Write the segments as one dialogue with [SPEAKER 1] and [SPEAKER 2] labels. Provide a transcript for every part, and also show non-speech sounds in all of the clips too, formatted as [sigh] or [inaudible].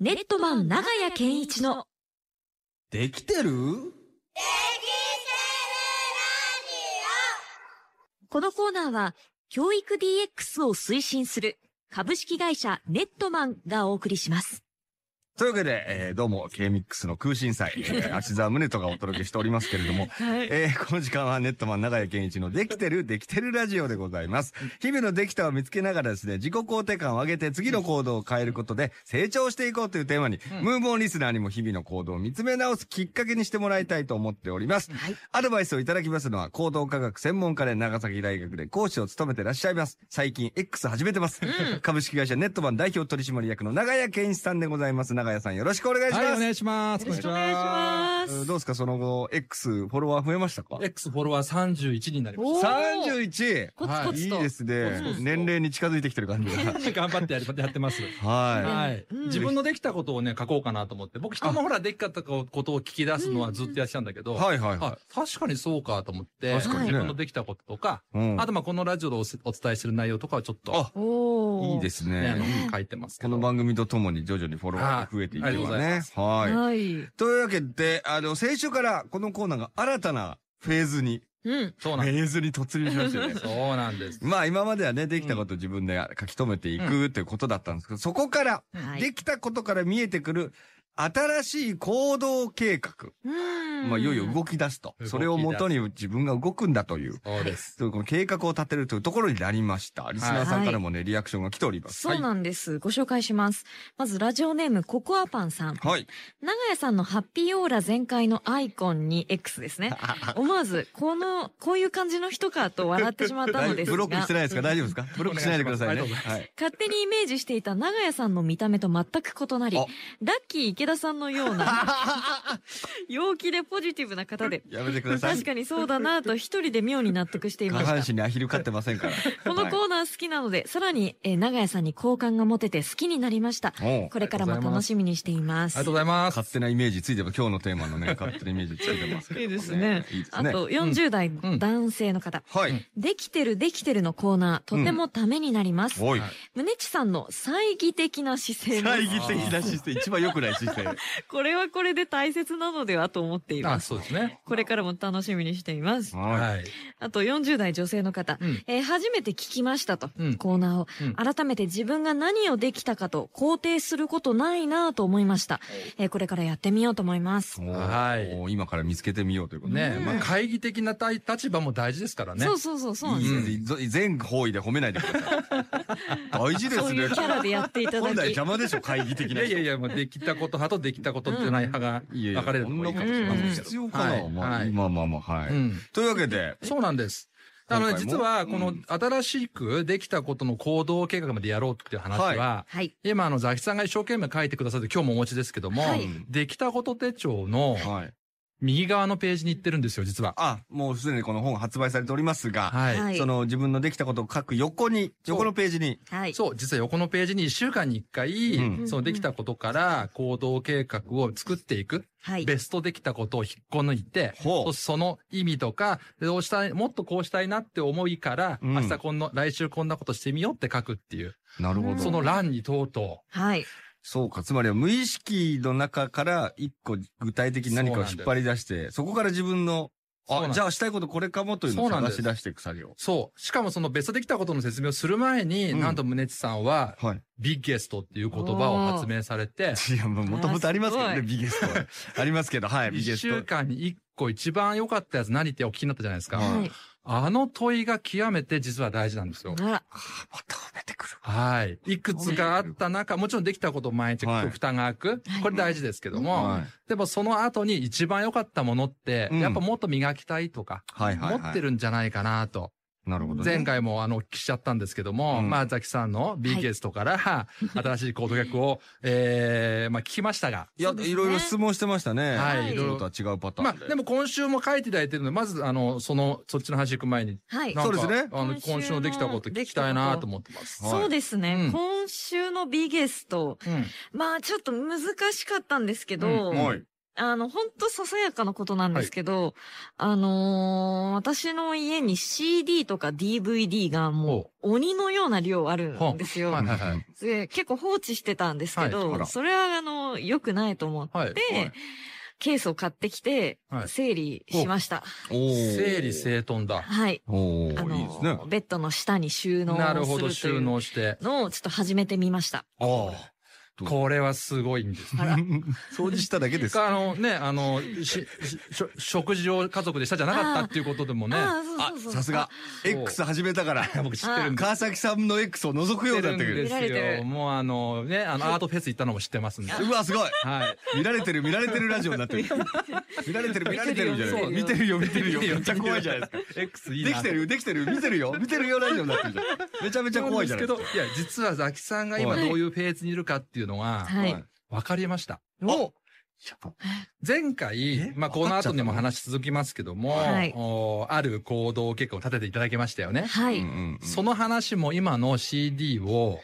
[SPEAKER 1] ネットマン長屋健一の
[SPEAKER 2] できてる
[SPEAKER 1] このコーナーは教育 DX を推進する株式会社ネットマンがお送りします。
[SPEAKER 2] というわけで、えーどうも、K-MIX の空心祭、えー、足沢宗人がお届けしておりますけれども、
[SPEAKER 1] はい。
[SPEAKER 2] えーこの時間はネットマン長谷健一のできてる、できてるラジオでございます。日々のできたを見つけながらですね、自己肯定感を上げて次の行動を変えることで成長していこうというテーマに、ムーブオンリスナーにも日々の行動を見つめ直すきっかけにしてもらいたいと思っております。
[SPEAKER 1] はい。
[SPEAKER 2] アドバイスをいただきますのは、行動科学専門家で長崎大学で講師を務めてらっしゃいます。最近 X 始めてます。株式会社ネットマン代表取締役の長谷健一さんでございます。長谷さんよろしくお願いします。
[SPEAKER 3] はい、お願いします。
[SPEAKER 1] よろしくお願いしま
[SPEAKER 2] うん
[SPEAKER 1] す。
[SPEAKER 2] どうですかその後、X フォロワー増えましたか
[SPEAKER 3] こんにちは X フォロワー31になりま
[SPEAKER 1] お
[SPEAKER 3] し
[SPEAKER 1] ー
[SPEAKER 2] ?31!
[SPEAKER 1] コツコ
[SPEAKER 2] い
[SPEAKER 1] ツ
[SPEAKER 2] い
[SPEAKER 1] と。
[SPEAKER 2] です
[SPEAKER 3] コツコツと
[SPEAKER 2] ね。年齢に近づいてきてる感じ [laughs] が。
[SPEAKER 3] た。 [laughs] 頑張ってやりやってます。
[SPEAKER 2] は
[SPEAKER 3] はい
[SPEAKER 1] うん。
[SPEAKER 3] 自分のできたことをね、書こうかなと思って。僕、人のほら、できたことを聞き出すのはずっとやってたんだけ
[SPEAKER 2] い。
[SPEAKER 3] ど、
[SPEAKER 2] はいはい
[SPEAKER 3] あ
[SPEAKER 2] は
[SPEAKER 3] 確かにそうかと思って、
[SPEAKER 2] 確
[SPEAKER 1] かにね
[SPEAKER 3] 自分のできたこととか、
[SPEAKER 2] い。うん
[SPEAKER 3] あとまあこのラジオでおお伝えしてる内容とかはちょっと、
[SPEAKER 2] あ
[SPEAKER 1] おー。
[SPEAKER 2] いいです
[SPEAKER 3] ねあの
[SPEAKER 2] ね。
[SPEAKER 3] 書いてますけ
[SPEAKER 2] こ
[SPEAKER 3] ど。
[SPEAKER 2] の番組とともに徐々にフォロワーが増えていけば
[SPEAKER 3] はいありがとうござい
[SPEAKER 2] ね
[SPEAKER 3] ま。
[SPEAKER 2] は
[SPEAKER 1] はい。
[SPEAKER 2] い。というわけで、あの、先週からこのコーナーが新たなフェーズに、
[SPEAKER 1] うん。
[SPEAKER 3] そう
[SPEAKER 2] フ
[SPEAKER 3] なんで
[SPEAKER 2] ェーズに突入しましたよね [laughs]
[SPEAKER 3] す。。そうなんです。
[SPEAKER 2] まあ今まではね、できたことを自分で書き留めていくっていうことだったんですけど、そこから、
[SPEAKER 1] はい。
[SPEAKER 2] できたことから見えてくる新しい行動計画。
[SPEAKER 1] うん。
[SPEAKER 2] まあいよいよ動き出すと
[SPEAKER 3] 動き。出す
[SPEAKER 2] それをもとに自分が動くんだという。
[SPEAKER 3] そうです。
[SPEAKER 2] そういうこの計画を立てるというところになりました。リスナーさんからもね、リアクションが来ております。
[SPEAKER 1] そうなんです。ご紹介します。まず、ラジオネーム、ココアパンさん。
[SPEAKER 2] はい。
[SPEAKER 1] 長屋さんのハッピーオーラ全開のアイコンに X です
[SPEAKER 2] [laughs]
[SPEAKER 1] ね。思わず、この、こういう感じの人かと笑ってしまったのですが。
[SPEAKER 2] ブロックしてないですか大丈夫ですかブロックしないでくださいね。
[SPEAKER 3] お願いします
[SPEAKER 2] はい。
[SPEAKER 1] 勝手にイメージしていた長屋さんの見た目と全く異なり
[SPEAKER 2] あ、
[SPEAKER 1] ラッキー池田さんのよう
[SPEAKER 2] [laughs]
[SPEAKER 1] な、陽気でポジティブな方で、
[SPEAKER 2] やめてください
[SPEAKER 1] 確。かにそうだなぁと一人で妙に納得していまし
[SPEAKER 2] 下半
[SPEAKER 1] た。
[SPEAKER 2] 身にアヒル飼ってませんから。
[SPEAKER 1] このコーナー好きなので、さらに、えー長屋さんに好感が持てて好きになりました。
[SPEAKER 2] はいおう
[SPEAKER 1] これからも楽しみにしていま
[SPEAKER 3] あり
[SPEAKER 1] す
[SPEAKER 3] がとう。ございます。
[SPEAKER 2] 勝手なイメージついてます。今日のテーマのね、勝手なイメージついてますけど
[SPEAKER 1] いいですね
[SPEAKER 2] いいです
[SPEAKER 1] あ
[SPEAKER 2] ね。
[SPEAKER 1] と、40代男性の方。
[SPEAKER 2] はい。
[SPEAKER 1] できてるできてるのコーナー、とてもためになります。
[SPEAKER 2] おい。
[SPEAKER 3] はい
[SPEAKER 1] 宗地さんの猜疑的な姿勢も
[SPEAKER 2] 猜疑的な姿勢、一番良くない姿勢。
[SPEAKER 1] これはこれで大切なのではと思ってい
[SPEAKER 3] あ、
[SPEAKER 1] ます。
[SPEAKER 3] そうですね。
[SPEAKER 1] これからも楽しみにしています。
[SPEAKER 2] は
[SPEAKER 3] はい。
[SPEAKER 1] あと40代女性の方、
[SPEAKER 3] うん
[SPEAKER 1] えー初めて聞きましたと、
[SPEAKER 3] うん
[SPEAKER 1] コーナーを、
[SPEAKER 3] うん
[SPEAKER 1] 改めて自分が何をできたかと肯定することないなぁと思いました、えーこれからやってみようと思います。
[SPEAKER 2] い。
[SPEAKER 3] はい
[SPEAKER 2] おー今から見つけてみようということ
[SPEAKER 3] ね
[SPEAKER 2] ね。
[SPEAKER 3] まあ会議的なたい立場も大事ですからね。
[SPEAKER 1] そうそうそうそうなん
[SPEAKER 2] い
[SPEAKER 1] ですよ。
[SPEAKER 2] いぞ全方位で褒めないでくだ
[SPEAKER 1] [laughs]
[SPEAKER 2] さい。大事で
[SPEAKER 1] そ
[SPEAKER 2] す
[SPEAKER 1] うい
[SPEAKER 2] ね
[SPEAKER 1] う。キャラでやっていただ
[SPEAKER 2] 本来
[SPEAKER 1] き
[SPEAKER 2] 邪。魔でしょ、会議的
[SPEAKER 3] い
[SPEAKER 2] な。
[SPEAKER 3] やいやいや、もうできたこと派とできたことってない派が
[SPEAKER 2] いやいや
[SPEAKER 3] 分かれるのがいいかもしれませんけど。
[SPEAKER 2] 必要かな、
[SPEAKER 3] はい
[SPEAKER 2] ま
[SPEAKER 3] は
[SPEAKER 2] あ、
[SPEAKER 3] い
[SPEAKER 2] まあまあまあ、は
[SPEAKER 3] う
[SPEAKER 2] い。
[SPEAKER 3] ん
[SPEAKER 2] というわけで、
[SPEAKER 3] そうなんです。あのね、
[SPEAKER 2] 今回も
[SPEAKER 3] 実は、こ
[SPEAKER 2] う
[SPEAKER 3] の
[SPEAKER 2] ん
[SPEAKER 3] 新しくできたことの行動計画までやろうっていう話は、
[SPEAKER 1] はい。
[SPEAKER 3] 今あの、ザキさんが一生懸命書いてくださって今日もお持ちですけども、
[SPEAKER 1] はい
[SPEAKER 3] できたこと手帳の
[SPEAKER 2] はい。
[SPEAKER 3] 右側のページに行ってるんですよ、実は。
[SPEAKER 2] あ、もうすでにこの本発売されておりますが、
[SPEAKER 3] はい。
[SPEAKER 1] はい
[SPEAKER 2] その自分のできたことを書く横に、
[SPEAKER 3] そう
[SPEAKER 2] 横のページに、
[SPEAKER 1] はい。
[SPEAKER 3] そう、実は横のページに1週間に1回、
[SPEAKER 2] うん
[SPEAKER 3] そのできたことから行動計画を作っていく、
[SPEAKER 1] はい。
[SPEAKER 3] ベストできたことを引っこ抜いて、
[SPEAKER 2] ほ。
[SPEAKER 3] そうその意味とか、どうしたい、もっとこうしたいなって思いから、
[SPEAKER 2] うん
[SPEAKER 3] 明日こんな、来週こんなことしてみようって書くっていう、
[SPEAKER 2] なるほ
[SPEAKER 1] うん
[SPEAKER 2] ど
[SPEAKER 3] そ。の欄にとうと
[SPEAKER 1] はい。
[SPEAKER 2] そうか。つまりは無意識の中から一個具体的に何かを引っ張り出して、そこから自分の、
[SPEAKER 3] そうな
[SPEAKER 2] あ、
[SPEAKER 3] ん
[SPEAKER 2] じゃあしたいことこれかもというのを
[SPEAKER 3] そうなん
[SPEAKER 2] 探
[SPEAKER 3] です
[SPEAKER 2] し出していく作業
[SPEAKER 3] う。。そう。しかもその別できたことの説明をする前に、
[SPEAKER 2] うん
[SPEAKER 3] なんと宗地さんは、
[SPEAKER 2] はい。
[SPEAKER 3] ビッゲストっていう言葉を発明されて、
[SPEAKER 2] いや、もともとありますけど
[SPEAKER 1] あーす
[SPEAKER 2] ね、
[SPEAKER 1] ご
[SPEAKER 2] ビゲストは。ありますけど、はい、ビ
[SPEAKER 3] 一
[SPEAKER 2] ゲス
[SPEAKER 3] 週
[SPEAKER 2] ト。
[SPEAKER 3] 間に一個一番良かったやつ何ってお聞きになったじゃないですか。
[SPEAKER 2] はい
[SPEAKER 1] はい。
[SPEAKER 3] あの問いが極めて実は大事なんですよ。
[SPEAKER 1] あら。
[SPEAKER 2] また褒めてくる。
[SPEAKER 3] はい。いくつかあった中、もちろんできたことを毎日
[SPEAKER 2] はい
[SPEAKER 3] 蓋が開く。
[SPEAKER 1] はい
[SPEAKER 3] これ大事ですけども、
[SPEAKER 2] はい。
[SPEAKER 3] でもその後に一番良かったものって、
[SPEAKER 2] うん
[SPEAKER 3] やっぱもっと磨きたいとか、
[SPEAKER 2] はいはいはい。
[SPEAKER 3] 持って。るんじゃないかなと。
[SPEAKER 2] なるほどね。
[SPEAKER 3] 前回もあの、聞きちゃったんですけども、
[SPEAKER 2] うん
[SPEAKER 3] まあ、ザキさんの B ケースとから、 [laughs] 新しいコード逆を、ええまあ、聞きましたが、
[SPEAKER 2] いや、
[SPEAKER 1] そうですね
[SPEAKER 2] いろいろ質問してましたね。
[SPEAKER 3] はい
[SPEAKER 2] いろいろとは違うパター
[SPEAKER 3] まあ、
[SPEAKER 2] ンで。
[SPEAKER 3] でも今週も書いていただいてるので、まず、あの、その、そっちの話行く前に、
[SPEAKER 1] はい。
[SPEAKER 3] なんか
[SPEAKER 2] そうですね
[SPEAKER 3] あの、今
[SPEAKER 1] 今週
[SPEAKER 3] 週
[SPEAKER 1] の
[SPEAKER 3] のできたこと聞きたいなと思ってます。
[SPEAKER 2] はい
[SPEAKER 1] そうですね。
[SPEAKER 3] うん
[SPEAKER 1] 今週のビゲスト。
[SPEAKER 3] うん。
[SPEAKER 1] まあちょっと難しかったんですけど、
[SPEAKER 3] うん
[SPEAKER 2] はい。
[SPEAKER 1] あの、ほんとささやかなことなんですけど、あのー私の家に CD とか DVD がもう鬼のような量あるんですよ。
[SPEAKER 3] はいはいはい。
[SPEAKER 1] で結構放置してたんですけど、
[SPEAKER 2] はいあら
[SPEAKER 1] それはあの、良くないと思って、
[SPEAKER 3] はい
[SPEAKER 2] はい
[SPEAKER 1] ケースを買ってきて
[SPEAKER 3] は、い
[SPEAKER 1] 整理しました。
[SPEAKER 2] おー
[SPEAKER 3] 整理整頓だ。
[SPEAKER 1] はい。
[SPEAKER 2] お
[SPEAKER 1] あ
[SPEAKER 2] ー
[SPEAKER 1] の
[SPEAKER 2] いいですね。
[SPEAKER 1] ベッドの下に収納をする
[SPEAKER 3] なるほ
[SPEAKER 1] と
[SPEAKER 3] ど、
[SPEAKER 1] い
[SPEAKER 3] 収
[SPEAKER 1] う
[SPEAKER 3] 納して。
[SPEAKER 1] のをちょっと始めてみました。
[SPEAKER 2] あ
[SPEAKER 3] [laughs]
[SPEAKER 2] どう
[SPEAKER 3] これはすごいんです。
[SPEAKER 2] [laughs]
[SPEAKER 1] あら
[SPEAKER 2] 掃除しただけです。
[SPEAKER 3] あのね、あの、し、ししょ食事を家族でしたじゃなかったっていうことでもね。
[SPEAKER 1] ああ、そうそうそう。
[SPEAKER 2] さすが。
[SPEAKER 3] そう
[SPEAKER 2] X 始めたから。
[SPEAKER 3] [laughs] 僕知ってるんで
[SPEAKER 2] 川崎さんの X を覗く
[SPEAKER 3] す。
[SPEAKER 2] よ
[SPEAKER 3] 知
[SPEAKER 2] う
[SPEAKER 3] ってる
[SPEAKER 2] になってく
[SPEAKER 3] ん
[SPEAKER 2] る。
[SPEAKER 1] 見られ
[SPEAKER 3] です
[SPEAKER 1] て
[SPEAKER 3] よ。
[SPEAKER 1] る
[SPEAKER 3] もうあのね、あの、アートフェス行ったのも知ってますんで。
[SPEAKER 2] うわ、すごい
[SPEAKER 3] はい。
[SPEAKER 2] 見られてる、見られてるラジオになってる。
[SPEAKER 3] [laughs]
[SPEAKER 2] 見られてる、見られてるじゃない。見
[SPEAKER 1] 見
[SPEAKER 2] て
[SPEAKER 1] て
[SPEAKER 2] るよ、見てるよ。
[SPEAKER 3] 見てる
[SPEAKER 2] め
[SPEAKER 3] よ
[SPEAKER 2] っちゃ怖いじゃないですか。
[SPEAKER 3] X いいな。
[SPEAKER 2] できてる、できてる、見てるよ、見てるよラジオになってるじゃん。めちゃめちゃ怖いじゃないで
[SPEAKER 3] ん
[SPEAKER 2] す
[SPEAKER 3] ですけど、いや、実はザキさんが今
[SPEAKER 2] は
[SPEAKER 3] ど
[SPEAKER 1] いう
[SPEAKER 3] いうフェーズにいるかっていうのは、
[SPEAKER 2] か。
[SPEAKER 1] はい。
[SPEAKER 3] わかりました。
[SPEAKER 2] お
[SPEAKER 3] 前
[SPEAKER 2] え
[SPEAKER 3] 回、まあ、この後にも話し続きますけども、
[SPEAKER 1] はい
[SPEAKER 3] おある行動結果を立てていただきましたよね。
[SPEAKER 1] はい。
[SPEAKER 2] そ
[SPEAKER 3] そ
[SPEAKER 2] の、
[SPEAKER 3] の話も今の CD を、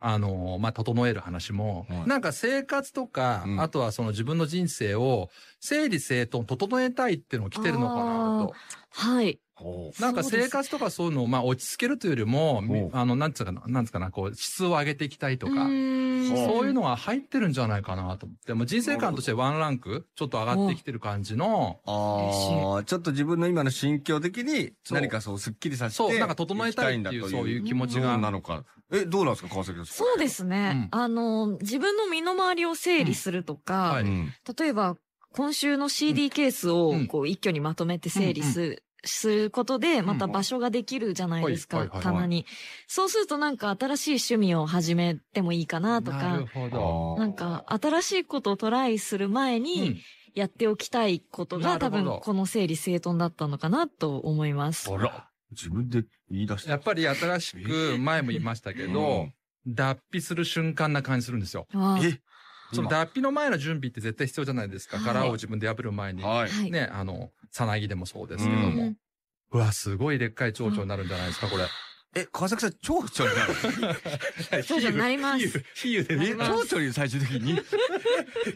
[SPEAKER 3] あのまあ、整える話も、
[SPEAKER 2] はい
[SPEAKER 3] なんか生活とか、
[SPEAKER 2] うん
[SPEAKER 3] あとはその自分の人生を整理整頓、整えたいっていうのを来てるのかな
[SPEAKER 1] はい。
[SPEAKER 2] ほ
[SPEAKER 3] と。なんか生活とかそういうのを、まあ、落ち着けるというよりも
[SPEAKER 2] ほ、う
[SPEAKER 3] あの、なんつうかな、なんつうかな、こう、質を上げていきたいとか、そういう
[SPEAKER 1] の。
[SPEAKER 3] のが入ってるんじゃないかなと思って、もう人生観としてワンランク、ちょっと上がってきてる感じの、
[SPEAKER 2] ああ、ちょっと自分の今の心境的に
[SPEAKER 3] そう
[SPEAKER 2] 何かそう、すっきりさせて。
[SPEAKER 3] そう、なんか整えたいっ
[SPEAKER 2] ん
[SPEAKER 3] て
[SPEAKER 2] だ
[SPEAKER 3] い
[SPEAKER 2] と
[SPEAKER 3] う、そういう
[SPEAKER 2] う
[SPEAKER 3] 気持ち
[SPEAKER 2] そうな
[SPEAKER 3] が。
[SPEAKER 2] のか。え、どうなんですか、川崎さん。
[SPEAKER 1] そうですね。あの、自分の身の回りを整理するとか、
[SPEAKER 3] はい
[SPEAKER 2] うん
[SPEAKER 1] 例えば、今週の CD ケースを
[SPEAKER 3] うん
[SPEAKER 1] こう一挙にまとめて整理する。することで、また場所ができるじゃないです
[SPEAKER 3] は
[SPEAKER 1] か、
[SPEAKER 3] いはいはい
[SPEAKER 1] 棚に。そうするとなんか新しい趣味を始めてもいいかなと
[SPEAKER 3] なる
[SPEAKER 1] か、
[SPEAKER 3] ほど。
[SPEAKER 2] あー
[SPEAKER 1] なんか新しいことをトライする前
[SPEAKER 3] う
[SPEAKER 1] に
[SPEAKER 3] ん
[SPEAKER 1] やっておきたいことが、
[SPEAKER 3] なる
[SPEAKER 1] 多
[SPEAKER 3] ほど
[SPEAKER 1] 分この整理整頓だったのかなと思います。
[SPEAKER 2] あら、自分で言い出した。
[SPEAKER 3] やっぱり新しく、前も言いましたけど、脱皮する瞬間な感じするんですよ。
[SPEAKER 1] わあ
[SPEAKER 2] え、
[SPEAKER 3] その
[SPEAKER 2] 今
[SPEAKER 3] 脱皮の前の準備って絶対必要じゃないですか。
[SPEAKER 1] はい
[SPEAKER 3] 殻を自分で破る前に。
[SPEAKER 2] はい。
[SPEAKER 1] はい。
[SPEAKER 3] ね、あの、さなぎでもそうですけど
[SPEAKER 1] う
[SPEAKER 3] も
[SPEAKER 1] ん。
[SPEAKER 3] うわ、すごいでっかい蝶々になるんじゃないですか、これ。
[SPEAKER 2] え、川崎さん、蝶々になる
[SPEAKER 1] 蝶々になり
[SPEAKER 3] [laughs]
[SPEAKER 1] ます
[SPEAKER 3] 比喩。比喩で
[SPEAKER 1] なり
[SPEAKER 3] ね。 [laughs]
[SPEAKER 1] ます
[SPEAKER 2] 蝶々に最終的に。
[SPEAKER 3] い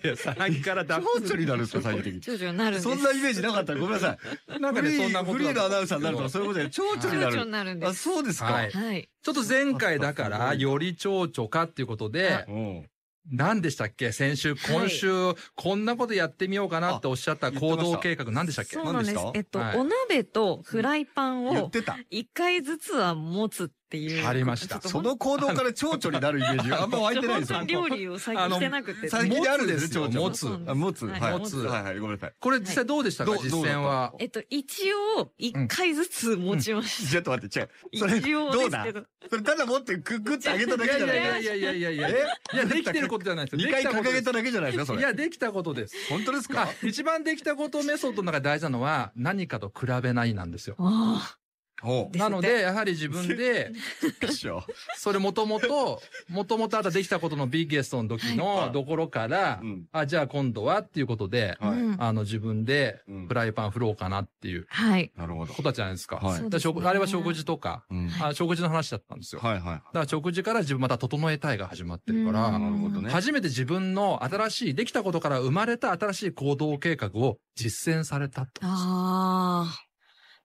[SPEAKER 3] や、さなぎから脱
[SPEAKER 2] 蝶
[SPEAKER 3] 皮する
[SPEAKER 2] 々になるんですか、最終的に。
[SPEAKER 1] 徐々になるんです。
[SPEAKER 2] そんなイメージなかった。ごめんなさい。
[SPEAKER 3] なんか
[SPEAKER 2] フ
[SPEAKER 3] ね、
[SPEAKER 2] リ
[SPEAKER 3] そん
[SPEAKER 2] ー
[SPEAKER 3] なこと
[SPEAKER 2] フリーのアナウンサーになるとか
[SPEAKER 3] ち
[SPEAKER 2] そういうことで、蝶々
[SPEAKER 1] 徐
[SPEAKER 2] にな
[SPEAKER 1] 々
[SPEAKER 2] る。
[SPEAKER 1] になるんで
[SPEAKER 2] あ、
[SPEAKER 1] す。
[SPEAKER 2] そうですか。
[SPEAKER 3] はい
[SPEAKER 1] はい。
[SPEAKER 3] ょっと前回だか
[SPEAKER 2] あ
[SPEAKER 3] ら、
[SPEAKER 2] そう
[SPEAKER 3] より蝶々かっていうことで、
[SPEAKER 2] うん
[SPEAKER 3] 何でしたっけ先週、今週、こんなことやってみようかなっておっしゃった行動計画何でしたっけ
[SPEAKER 1] そうなんです
[SPEAKER 2] 何でし。た
[SPEAKER 1] えっと、
[SPEAKER 3] はい
[SPEAKER 1] お鍋とフライパン
[SPEAKER 2] 言っ
[SPEAKER 1] を
[SPEAKER 2] てた。
[SPEAKER 1] 一回ずつは持つっていう。
[SPEAKER 3] ありました
[SPEAKER 1] ちょっと
[SPEAKER 2] その行動から蝶々になるイメージがあんま湧いてないですよ
[SPEAKER 1] 本。当に料理を最近してなくて。
[SPEAKER 2] 最近あるんですね、蝶々。
[SPEAKER 3] 持つ
[SPEAKER 2] あ持つ。
[SPEAKER 1] はい
[SPEAKER 2] はい。
[SPEAKER 3] 持つ
[SPEAKER 2] はいはい、ごめんなさい。
[SPEAKER 3] これ実際どうでしたか
[SPEAKER 2] どう
[SPEAKER 3] 実践は。
[SPEAKER 1] えっと、一応、一回ずつ持ちまし
[SPEAKER 2] ちょっと待って、違う。そ
[SPEAKER 1] た。
[SPEAKER 2] れ、
[SPEAKER 1] 一応
[SPEAKER 2] どう
[SPEAKER 1] です
[SPEAKER 2] だ
[SPEAKER 1] けど。
[SPEAKER 2] それただ持ってくぐってあげただ
[SPEAKER 3] い
[SPEAKER 2] け
[SPEAKER 3] や
[SPEAKER 2] じゃ
[SPEAKER 3] い
[SPEAKER 2] ない
[SPEAKER 3] やいやいやいやいやい
[SPEAKER 2] え
[SPEAKER 3] や。いや、できてることじゃないですよ。
[SPEAKER 2] 二回掲げただけじゃないですか、そ
[SPEAKER 3] い
[SPEAKER 2] れ。
[SPEAKER 3] や、できたことです。
[SPEAKER 2] 本当です
[SPEAKER 3] あ
[SPEAKER 2] か
[SPEAKER 3] 一番できたことメソッドの中で大事なのは、何かと比べないなんですよ。
[SPEAKER 1] あ
[SPEAKER 2] おう
[SPEAKER 1] ですって
[SPEAKER 3] なので、やはり自分で、
[SPEAKER 2] でしょ。
[SPEAKER 3] それもともと、もともとあったできたことのビッゲストの時
[SPEAKER 2] はい
[SPEAKER 3] のどころから
[SPEAKER 2] う、ん。
[SPEAKER 3] あ、じゃあ今度はっていうことで、
[SPEAKER 1] あ。
[SPEAKER 2] は
[SPEAKER 1] う
[SPEAKER 2] い。
[SPEAKER 1] ん
[SPEAKER 3] あの自分で
[SPEAKER 2] うん
[SPEAKER 3] フライパン振ろうかなっていう
[SPEAKER 1] はい。
[SPEAKER 2] なるほど。
[SPEAKER 3] ことじゃないですか。
[SPEAKER 2] はい
[SPEAKER 1] そうで
[SPEAKER 3] だから
[SPEAKER 1] すね
[SPEAKER 3] 食あれは食事とか、
[SPEAKER 2] うんは
[SPEAKER 3] あ、食事の話だったんですよ。だ
[SPEAKER 2] いはい。
[SPEAKER 3] から食事から自分また整えたいが始まってるから、
[SPEAKER 1] うん
[SPEAKER 2] なるほどね。
[SPEAKER 3] 初めて自分の新しい、できたことから生まれた新しい行動計画を実践されたと。
[SPEAKER 1] ああ。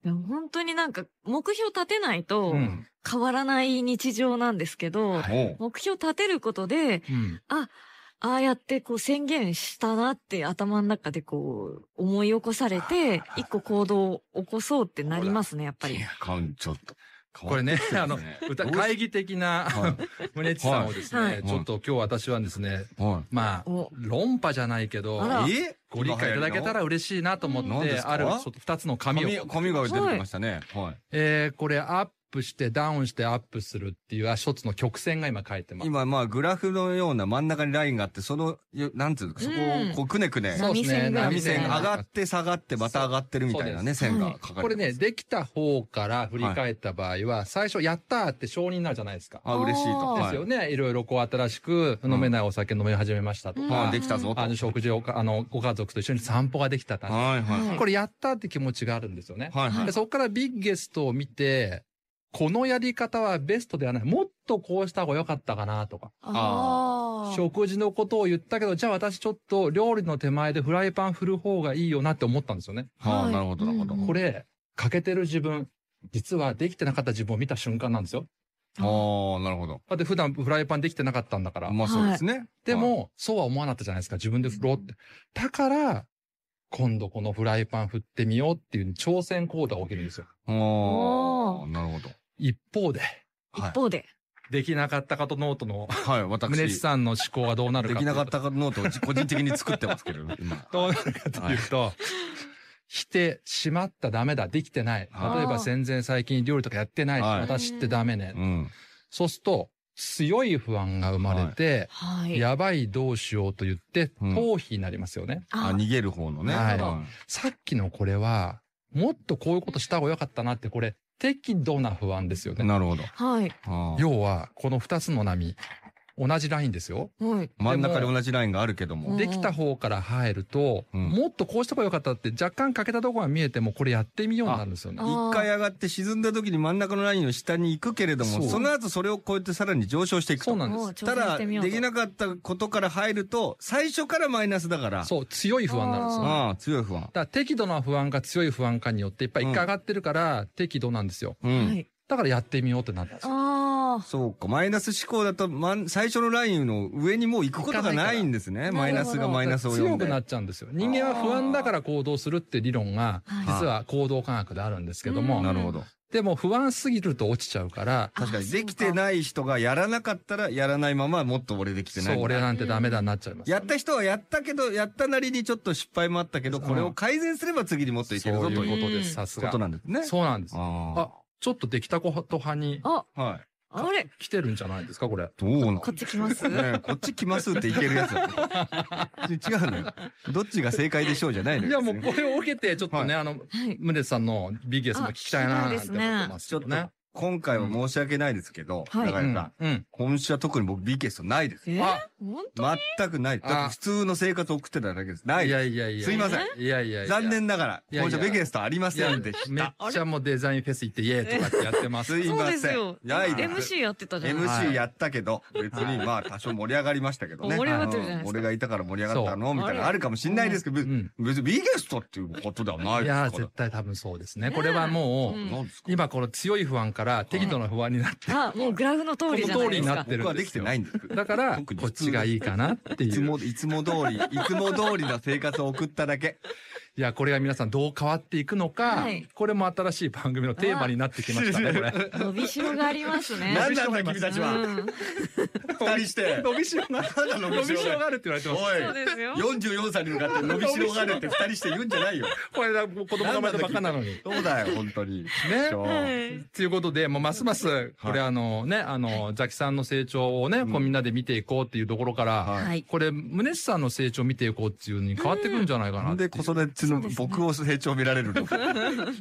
[SPEAKER 1] でも本当になんか、目標立てないと
[SPEAKER 3] う、ん。
[SPEAKER 1] 変わらない日常なんですけど、
[SPEAKER 2] おう
[SPEAKER 1] 目標立てることで、
[SPEAKER 3] うん。
[SPEAKER 1] ああやってこう宣言したなって頭の中でこう思い起こされて、一個行動を起こそうってなりますね、やっぱり。
[SPEAKER 2] かんちょっと。
[SPEAKER 3] これね、あの、歌、
[SPEAKER 2] どうし
[SPEAKER 3] 会議的な、
[SPEAKER 2] は
[SPEAKER 3] 宗地さんをですね、
[SPEAKER 1] はい
[SPEAKER 2] はい
[SPEAKER 3] ちょっと今日私はですね、
[SPEAKER 2] い。は
[SPEAKER 3] まあ
[SPEAKER 1] お、
[SPEAKER 3] 論破じゃないけど
[SPEAKER 1] あ、ら
[SPEAKER 2] い。え
[SPEAKER 3] ご理解いただけたら嬉しいなと思
[SPEAKER 2] 何
[SPEAKER 3] っ
[SPEAKER 2] で
[SPEAKER 3] て、
[SPEAKER 2] すか
[SPEAKER 3] ある、ちょっと二つの紙を
[SPEAKER 2] 紙、。紙が出てきましたね。はい。
[SPEAKER 3] えー、これアップしてダウンしてアップするっていう、あ、一つの曲線が今書いてます。
[SPEAKER 2] 今、まあ、グラフのような真ん中にラインがあって、その、よなんつうのか、そこ
[SPEAKER 1] う
[SPEAKER 2] を
[SPEAKER 1] ん
[SPEAKER 2] こう、くねくね、
[SPEAKER 3] そうですね。
[SPEAKER 2] 波線
[SPEAKER 1] 波
[SPEAKER 2] が
[SPEAKER 1] 線
[SPEAKER 2] 上がって下がって、また上がってるみたいなね、
[SPEAKER 1] そう
[SPEAKER 2] 線が
[SPEAKER 1] そう
[SPEAKER 2] かかる。
[SPEAKER 3] これね、、できた方から振り返った場合は、最初やったーって承認になるじゃないですか。
[SPEAKER 2] あ、嬉しいと。
[SPEAKER 1] あ
[SPEAKER 3] ですよね。いろいろこう新しく飲めないお酒飲み始めましたと
[SPEAKER 1] うん
[SPEAKER 2] はいあ、
[SPEAKER 3] か
[SPEAKER 2] で、きたぞと。
[SPEAKER 3] あの食事をか、あの、ご家族と一緒に散歩ができたとか
[SPEAKER 2] はいはい。
[SPEAKER 1] はい
[SPEAKER 3] これやったーって気持ちがあるんですよね。
[SPEAKER 2] はいは
[SPEAKER 3] で
[SPEAKER 2] い。
[SPEAKER 3] そこからビッゲストを見て、このやり方はベストではない。もっとこうした方が良かったかなとか。
[SPEAKER 2] あ
[SPEAKER 1] あー
[SPEAKER 3] 食事のことを言ったけど、じゃあ私ちょっと料理の手前でフライパン振る方がいいよなって思ったんですよね。
[SPEAKER 2] は
[SPEAKER 1] は
[SPEAKER 2] あ、
[SPEAKER 1] い
[SPEAKER 2] なるほど、なるほど
[SPEAKER 1] うん。
[SPEAKER 3] これ、欠けてる自分、実はできてなかった自分を見た瞬間なんですよ。
[SPEAKER 2] ああ、なるほど。
[SPEAKER 3] だって普段フライパンできてなかったんだから。
[SPEAKER 2] まあそうですね。
[SPEAKER 3] でも、そうは思わなかったじゃないですか。自分で振ろうって。だから、今度このフライパン振ってみようっていう挑戦行動が起きるんですよ。
[SPEAKER 2] はい、あ
[SPEAKER 1] お
[SPEAKER 2] あ、
[SPEAKER 1] ー
[SPEAKER 2] なるほど。
[SPEAKER 3] 一方で、
[SPEAKER 1] 一
[SPEAKER 2] はい
[SPEAKER 1] 方で。
[SPEAKER 3] できなかったかとノートの、
[SPEAKER 2] はい、
[SPEAKER 3] 宗地
[SPEAKER 2] 私。
[SPEAKER 3] さんの思考がどうなる
[SPEAKER 2] で
[SPEAKER 3] か
[SPEAKER 2] きなかっ
[SPEAKER 3] という
[SPEAKER 2] たノートを個人的に作ってますけど、今。
[SPEAKER 3] と。どうなるかというと、否定しまったダメだ、できてない。
[SPEAKER 2] はい
[SPEAKER 3] 例えば全然最近料理とかやってない。
[SPEAKER 2] はい
[SPEAKER 3] 私ってダメね
[SPEAKER 2] う。ん。
[SPEAKER 3] そうすると、強い不安が生まれて、
[SPEAKER 1] はい。
[SPEAKER 3] やばいどうしようと言って、
[SPEAKER 2] うん
[SPEAKER 3] 逃避になりますよね。
[SPEAKER 2] あ、
[SPEAKER 1] あ
[SPEAKER 2] 逃げる方のね。
[SPEAKER 3] はい
[SPEAKER 2] は
[SPEAKER 3] さっきのこれは、もっとこういうことした方が良かったなって、これ、適度な不安ですよ
[SPEAKER 2] い
[SPEAKER 3] ね。
[SPEAKER 2] なるほど。
[SPEAKER 1] はい。
[SPEAKER 2] ああ
[SPEAKER 3] 要は、この二つの波、同じラインですよ。
[SPEAKER 1] はい。
[SPEAKER 2] 真ん中に同じラインがあるけど
[SPEAKER 1] う
[SPEAKER 2] も
[SPEAKER 1] ん。
[SPEAKER 3] できた方から入ると、
[SPEAKER 2] うん
[SPEAKER 3] もっとこうした方が良かったって、若干欠けたところが見えても、これやってみようになるんですよね
[SPEAKER 1] あ。ー
[SPEAKER 2] 一回上がって沈んだ時に真ん中のラインの下に行くけれども、
[SPEAKER 3] そう
[SPEAKER 2] その後それを超えてさらに上昇していくと。
[SPEAKER 3] そうなん
[SPEAKER 1] もう
[SPEAKER 3] で
[SPEAKER 1] 挑
[SPEAKER 2] た
[SPEAKER 1] 戦し
[SPEAKER 2] だ、
[SPEAKER 1] てみようと。
[SPEAKER 2] できなかったことから入ると、最初からマイナスだから。
[SPEAKER 3] す。そう、強い不安になるんですよ。だか
[SPEAKER 2] ああ、強い不安。
[SPEAKER 3] ら適度な不安か強い不安かによって、いっぱい一回上がってるから、適度なんですよ。
[SPEAKER 2] う
[SPEAKER 1] は
[SPEAKER 2] ん。
[SPEAKER 1] い。
[SPEAKER 3] だからやってみようってなるんですよ。
[SPEAKER 1] あ
[SPEAKER 2] そうか。マイナス思考だと、まん、最初のラインの上にもう行くことがないんです
[SPEAKER 1] 行
[SPEAKER 2] ね。
[SPEAKER 1] か
[SPEAKER 2] マ
[SPEAKER 1] ない
[SPEAKER 2] イ
[SPEAKER 1] から
[SPEAKER 2] ナスがマイナスを呼んで。
[SPEAKER 3] 強くなっちゃうんですよ。人間は不安だから行動するって理論が
[SPEAKER 1] はい、
[SPEAKER 3] 実は行動科学であるんですけど
[SPEAKER 1] う
[SPEAKER 3] も
[SPEAKER 1] ん、
[SPEAKER 2] なるほど。
[SPEAKER 3] でも不安すぎると落ちちゃうから、
[SPEAKER 2] 確かに、
[SPEAKER 1] あそう
[SPEAKER 2] で
[SPEAKER 1] か
[SPEAKER 2] きてない人がやらなかったら、やらないまま、もっと俺できてな
[SPEAKER 3] そ
[SPEAKER 2] い。
[SPEAKER 3] う、俺なんてダメだになっちゃいます。
[SPEAKER 2] やった人はやったけど、やったなりにちょっと失敗もあったけど、これを改善すれば次にもっといける
[SPEAKER 3] そ
[SPEAKER 2] ぞ
[SPEAKER 3] う
[SPEAKER 2] と
[SPEAKER 3] い
[SPEAKER 2] いう
[SPEAKER 3] うことで
[SPEAKER 1] うん
[SPEAKER 3] す、さす
[SPEAKER 2] こ
[SPEAKER 3] が
[SPEAKER 2] と。なんですね。
[SPEAKER 3] そうなんです。あ、
[SPEAKER 2] あ
[SPEAKER 3] ちょっとできたこと派に
[SPEAKER 1] あ。あ、
[SPEAKER 2] あ。はい。
[SPEAKER 1] あれ
[SPEAKER 3] 来てるんじゃないですか、これ。
[SPEAKER 2] どうなの
[SPEAKER 1] こっち来ます
[SPEAKER 2] ねえこっち来ますっていけるやつだね。違うのよ。どっちが正解でしょうじゃないの
[SPEAKER 3] い
[SPEAKER 2] よ。
[SPEAKER 3] や、もう
[SPEAKER 2] 別
[SPEAKER 3] こ
[SPEAKER 2] に
[SPEAKER 3] れを受けて、ちょっとね、あの、
[SPEAKER 1] はい。
[SPEAKER 3] ムネさんのビギエスも聞きたいなーなんて思ってます
[SPEAKER 2] ちょ
[SPEAKER 3] よ
[SPEAKER 2] っと
[SPEAKER 3] ね。、
[SPEAKER 2] 今回は申し訳ないですけど、
[SPEAKER 1] うんはい
[SPEAKER 2] 中
[SPEAKER 3] う
[SPEAKER 2] 山
[SPEAKER 3] ん
[SPEAKER 2] さん、
[SPEAKER 3] うん。
[SPEAKER 2] 今週は特に僕 B ケストないです。
[SPEAKER 1] えー
[SPEAKER 3] あ
[SPEAKER 1] 本当
[SPEAKER 2] 全くない。だって普通の生活を送ってただけです。ないい。
[SPEAKER 3] やいやいや。
[SPEAKER 2] すいません。
[SPEAKER 3] いやいやいや。
[SPEAKER 2] 残念ながら、
[SPEAKER 3] いやいや
[SPEAKER 2] 今週 B ケストありま
[SPEAKER 3] い
[SPEAKER 2] せ
[SPEAKER 3] や
[SPEAKER 2] んでし。
[SPEAKER 3] めったちゃもうデザインフェス行ってイエーイとかってやってます
[SPEAKER 2] す。い
[SPEAKER 1] そう
[SPEAKER 2] ま
[SPEAKER 1] です
[SPEAKER 2] せ
[SPEAKER 1] よ
[SPEAKER 2] ん。。ないです
[SPEAKER 1] MC やってたじゃないですか。
[SPEAKER 2] MC やったけど、別にまあ多少盛り上がりましたけどね。
[SPEAKER 1] 盛
[SPEAKER 3] り上が
[SPEAKER 1] ってるじゃないですか
[SPEAKER 2] うん俺がいたから盛り上がったのみたいな
[SPEAKER 1] そう
[SPEAKER 2] のあるかもしんないですけど、
[SPEAKER 3] う
[SPEAKER 2] 別
[SPEAKER 3] ん。
[SPEAKER 2] 別に B ゲストっていうことではない
[SPEAKER 3] い
[SPEAKER 2] です
[SPEAKER 3] やー、
[SPEAKER 2] から
[SPEAKER 3] 絶。対多分そうですね。これは
[SPEAKER 1] う
[SPEAKER 3] もう、
[SPEAKER 1] ん
[SPEAKER 2] なんですか
[SPEAKER 3] 今この強い不安から適度な不安になって、
[SPEAKER 1] あ、もうグラフの通りじゃないですか
[SPEAKER 3] この通。りに
[SPEAKER 2] 僕
[SPEAKER 3] な
[SPEAKER 2] は
[SPEAKER 3] ってるんですよ
[SPEAKER 2] できてないんですけど
[SPEAKER 3] だから、
[SPEAKER 2] 特に
[SPEAKER 3] こっちがいいかなって
[SPEAKER 2] いつ
[SPEAKER 3] いう。
[SPEAKER 2] も、 [laughs] いつも通り、いつも通りの生活を送っただけ。
[SPEAKER 3] いや、これが皆さんどう変わっていくのか
[SPEAKER 1] はい、
[SPEAKER 3] これも新しい番組のテーマになってきましたね、これ。
[SPEAKER 1] 伸びしろがありますね。
[SPEAKER 2] なんなんだ君たちは。
[SPEAKER 1] うん
[SPEAKER 2] 二人し
[SPEAKER 3] [laughs]
[SPEAKER 2] て。
[SPEAKER 3] 伸びしろが、
[SPEAKER 2] なんだ伸
[SPEAKER 3] 伸
[SPEAKER 2] びし
[SPEAKER 3] び
[SPEAKER 2] ろ
[SPEAKER 3] しろ
[SPEAKER 2] が。
[SPEAKER 3] があるって言われてます。
[SPEAKER 1] そう
[SPEAKER 2] お
[SPEAKER 1] ですよ。
[SPEAKER 2] い、44歳に向かって伸びしろがあるって二人して言うんじゃないよ。
[SPEAKER 3] これ、子供が生まれたばっかなのに。ね。
[SPEAKER 2] [laughs] そうだよ、本当に。
[SPEAKER 1] はい。
[SPEAKER 3] ということで、もうますます、これあのね、あの、ザキさんの成長をね、
[SPEAKER 2] ん
[SPEAKER 3] こうみんなで見ていこうっていうところから、
[SPEAKER 1] はい。
[SPEAKER 3] これ、ムネさんの成長を見ていこうっていうのに変わってくるんじゃないか
[SPEAKER 2] な
[SPEAKER 3] なんってい
[SPEAKER 2] で
[SPEAKER 3] う。
[SPEAKER 2] 子育ての僕を成長見られるのか。 [laughs]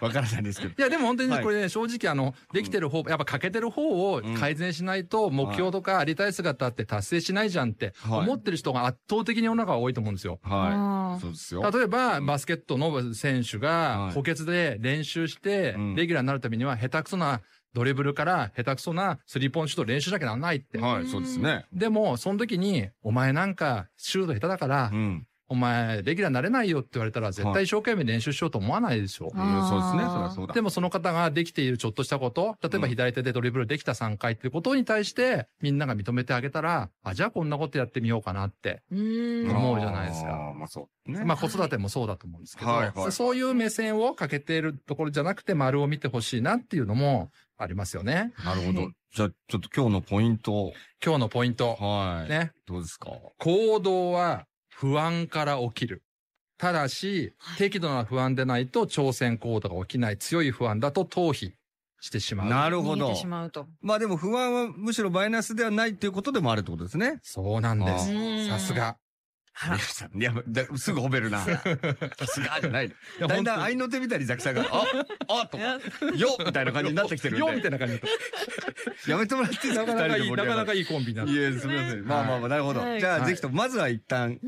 [SPEAKER 2] わからないんですけど。
[SPEAKER 3] いや、でも本当にね
[SPEAKER 2] はい
[SPEAKER 3] これね、正直あの、できてる方、やっぱ欠けてる方を
[SPEAKER 2] ん
[SPEAKER 3] 改善しないと、目標とかありたい姿って達成しないじゃんって、
[SPEAKER 2] はい
[SPEAKER 3] 思ってる人が圧倒的に世の中は多いと思うんですよ。
[SPEAKER 1] あ
[SPEAKER 2] は
[SPEAKER 1] ー
[SPEAKER 2] い。そうですよ。
[SPEAKER 3] 例えば、バスケットの選手
[SPEAKER 2] は
[SPEAKER 3] が
[SPEAKER 2] い
[SPEAKER 3] 補欠で練習して
[SPEAKER 2] うん、
[SPEAKER 3] レギュラーになるためには、下手くそなドリブルから、下手くそなスリーポイントシュート練習しなきゃならないって。
[SPEAKER 2] はい、そうですね。
[SPEAKER 3] でも、その時に、お前なんか、シュート下手だから
[SPEAKER 2] う、ん。
[SPEAKER 3] お前、レギュラーになれないよって言われたら、絶対一生懸命練習しようと思わないでしょ。
[SPEAKER 2] う
[SPEAKER 1] あ
[SPEAKER 2] んそうですね。
[SPEAKER 1] あー
[SPEAKER 2] そりゃそうだ
[SPEAKER 3] で。もその方ができているちょっとしたこと、例え
[SPEAKER 2] う
[SPEAKER 3] ば
[SPEAKER 2] ん
[SPEAKER 3] 左手でドリブルできた3回っていうことに対して、みんなが認めてあげたら、あ、じゃあこんなことやってみようかなって。
[SPEAKER 1] うーん。
[SPEAKER 3] 思うじゃないですか
[SPEAKER 2] あーまあそう。ね。
[SPEAKER 3] まあ子育てもそうだと思うんですけど、
[SPEAKER 2] はいはい
[SPEAKER 3] そういう目線をかけているところじゃなくて丸を見てほしいなっていうのもありますよね。
[SPEAKER 2] なるほ
[SPEAKER 1] は
[SPEAKER 2] ど
[SPEAKER 1] い。
[SPEAKER 2] じゃあ、ちょっと今日のポイントを。
[SPEAKER 3] 今日のポイント。
[SPEAKER 2] はい。
[SPEAKER 3] ね。
[SPEAKER 2] どうですか
[SPEAKER 3] 行動は不安から起きる。ただし、
[SPEAKER 1] はい
[SPEAKER 3] 適度な不安でないと挑戦行動が起きない。強い不安だと逃避してしまう。
[SPEAKER 2] なるほ
[SPEAKER 1] 逃げ
[SPEAKER 2] ど
[SPEAKER 1] て。しまうと。
[SPEAKER 2] まあでも不安はむしろマイナスではないっていうことでもあるってことですね。
[SPEAKER 3] そうなんです
[SPEAKER 1] あ。ー
[SPEAKER 3] さすが。
[SPEAKER 2] ありがとういや、だすぐ褒めるな。さすがじゃない。だんだん愛の手みたいにザキさんが、あ、あと、よみたいな感じになってきてるんで。
[SPEAKER 3] よみたいな感じになっ
[SPEAKER 2] やめてもらっていい
[SPEAKER 3] て
[SPEAKER 2] です
[SPEAKER 3] な
[SPEAKER 2] か
[SPEAKER 3] かなかいい、
[SPEAKER 2] 二人で盛り
[SPEAKER 3] な
[SPEAKER 2] 上が
[SPEAKER 3] かな
[SPEAKER 2] る
[SPEAKER 3] かいいコンビになって
[SPEAKER 2] いえ、すみません。まあまあまあ、なるほど。
[SPEAKER 1] はい
[SPEAKER 2] じゃあ、
[SPEAKER 3] はい
[SPEAKER 2] ぜひとも、まずは一旦、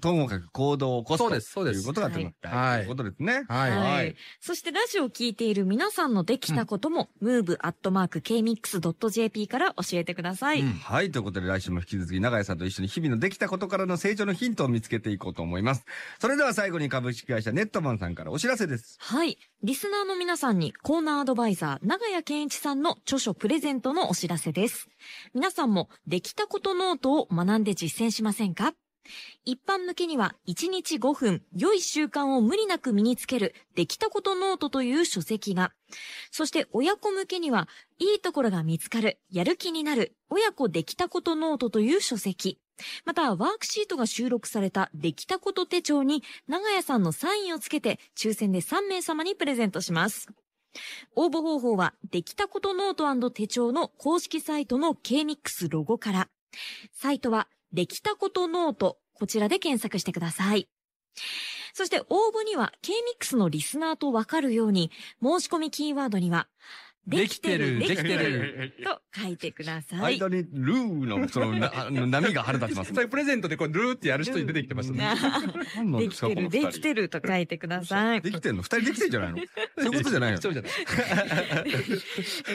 [SPEAKER 2] ともかく行動を起こす
[SPEAKER 3] そうですそうです
[SPEAKER 2] ということが、と
[SPEAKER 1] はい
[SPEAKER 2] いうことですね。
[SPEAKER 3] はい。
[SPEAKER 1] は
[SPEAKER 2] はいい。
[SPEAKER 1] そしてラジオを聞いている皆さんのできたことも、move.kmix.jp から教えてください。
[SPEAKER 2] うんはい。ということで、来週も引き続き、永井さんと一緒に日々のできたことからの成長のヒントを見つけていこうと思います。それでは最後に株式会社ネットマンさんからお知らせです。
[SPEAKER 1] はい。リスナーの皆さんにコーナーアドバイザー、長谷健一さんの著書プレゼントのお知らせです。皆さんもできたことノートを学んで実践しませんか一般向けには1日5分、良い習慣を無理なく身につける、できたことノートという書籍が。そして親子向けには、いいところが見つかる、やる気になる、親子できたことノートという書籍。また、ワークシートが収録されたできたこと手帳に、長屋さんのサインをつけて、抽選で3名様にプレゼントします。応募方法は、できたことノート手帳の公式サイトの KMIX ロゴから。サイトは、できたことノート、こちらで検索してください。そして応募には、KMIX のリスナーとわかるように、申し込みキーワードには、
[SPEAKER 3] できてるできてる
[SPEAKER 1] と書いてください。
[SPEAKER 2] 間に、ルーの、その、な [laughs] あの波が腹立ちます
[SPEAKER 3] そ。れプレゼントでこう、ルーってやる人出てきてましたね。
[SPEAKER 2] 何なん
[SPEAKER 1] で
[SPEAKER 2] です
[SPEAKER 1] き
[SPEAKER 2] か
[SPEAKER 1] て
[SPEAKER 2] この
[SPEAKER 1] る、
[SPEAKER 2] 二
[SPEAKER 1] で
[SPEAKER 2] 人
[SPEAKER 1] きてると書いてください。
[SPEAKER 2] できてんの二人できてんじゃないのそういうことじゃない
[SPEAKER 3] [laughs]
[SPEAKER 2] の
[SPEAKER 3] そうじゃない。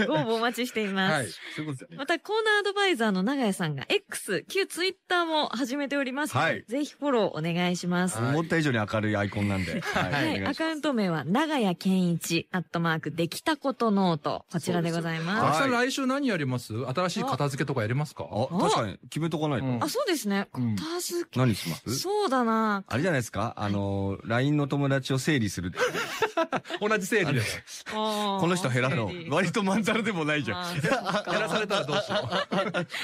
[SPEAKER 1] ご応募お待ちしています。
[SPEAKER 3] はい。
[SPEAKER 2] そういうことじゃない。
[SPEAKER 1] また、コーナーアドバイザーの長谷さんが X、旧ツイッターも始めております。
[SPEAKER 2] はい
[SPEAKER 1] ぜひフォローお願いします。
[SPEAKER 3] はい
[SPEAKER 2] 思った以上に明るいアイコンなんで。はい
[SPEAKER 1] はい、
[SPEAKER 2] お願
[SPEAKER 1] ア
[SPEAKER 2] いし
[SPEAKER 1] カウント名は、長谷健一、アットマーク、できたことノート。こちらでござい
[SPEAKER 3] あ
[SPEAKER 1] ま
[SPEAKER 2] は
[SPEAKER 1] す。
[SPEAKER 2] い
[SPEAKER 3] さん来週何やります新しい片付けとかやりますか
[SPEAKER 2] ますあ、確かに、決めとかないと。
[SPEAKER 3] うん
[SPEAKER 1] あ、そうですね。
[SPEAKER 3] うん
[SPEAKER 1] 片付
[SPEAKER 2] 何します
[SPEAKER 1] け、そうだな。
[SPEAKER 2] あれじゃないですかあの、LINE の友達を整理する。
[SPEAKER 3] 同じ整理で。
[SPEAKER 2] [laughs] こ
[SPEAKER 1] こ
[SPEAKER 2] の人減らんの。割とまんざらでもないじゃ
[SPEAKER 1] ゃ
[SPEAKER 2] ん。
[SPEAKER 3] やらされたらどうしよ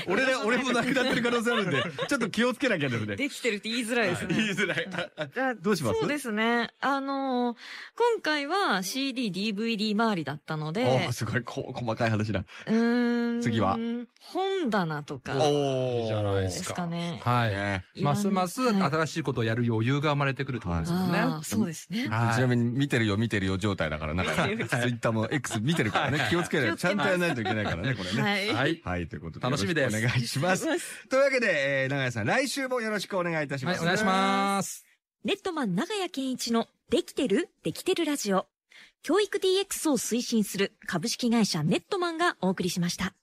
[SPEAKER 3] う。
[SPEAKER 2] 俺ら、俺もなくなってる可能性あるんで、ちょっと気をつけなきゃだめね。
[SPEAKER 1] できてるって言いづらいですね。
[SPEAKER 2] 言いづらい。
[SPEAKER 1] じゃあ
[SPEAKER 2] どうします
[SPEAKER 1] そうですね。あのー今回は CD、DVD 周りだったので
[SPEAKER 2] あ、、すごい、こ細かい話だ。
[SPEAKER 1] うーん。
[SPEAKER 2] 次は
[SPEAKER 1] 本棚とか、で
[SPEAKER 2] お
[SPEAKER 3] いいじゃないです
[SPEAKER 1] かね。
[SPEAKER 3] はい。
[SPEAKER 2] ね
[SPEAKER 3] ますます
[SPEAKER 1] いろんなはい
[SPEAKER 3] 新しいことをやる余裕が生まれてくるってことですよね。
[SPEAKER 1] あーそうですね。
[SPEAKER 2] ちな
[SPEAKER 3] は
[SPEAKER 2] みに、見てるよ、見てるよ状態だから、なんか、ツイ
[SPEAKER 1] 見てる
[SPEAKER 2] ッターも X 見てるからね、気をつけない
[SPEAKER 1] 気を
[SPEAKER 2] と、
[SPEAKER 1] つ
[SPEAKER 2] ち
[SPEAKER 1] け
[SPEAKER 2] ゃん
[SPEAKER 1] ま
[SPEAKER 2] と
[SPEAKER 1] す
[SPEAKER 2] やらないといけないからね、これね。
[SPEAKER 1] はい。
[SPEAKER 3] はい。
[SPEAKER 2] はい、ということで。
[SPEAKER 3] 楽しみです
[SPEAKER 2] よろくお願いします。というわけで、えー、長谷さん、来週もよろしくお願いいたしま
[SPEAKER 3] はい、
[SPEAKER 2] す。
[SPEAKER 3] お願いします。
[SPEAKER 1] レッドマン長屋健一のできてるできてるラジオ。教育 DX を推進する株式会社ネットマンがお送りしました。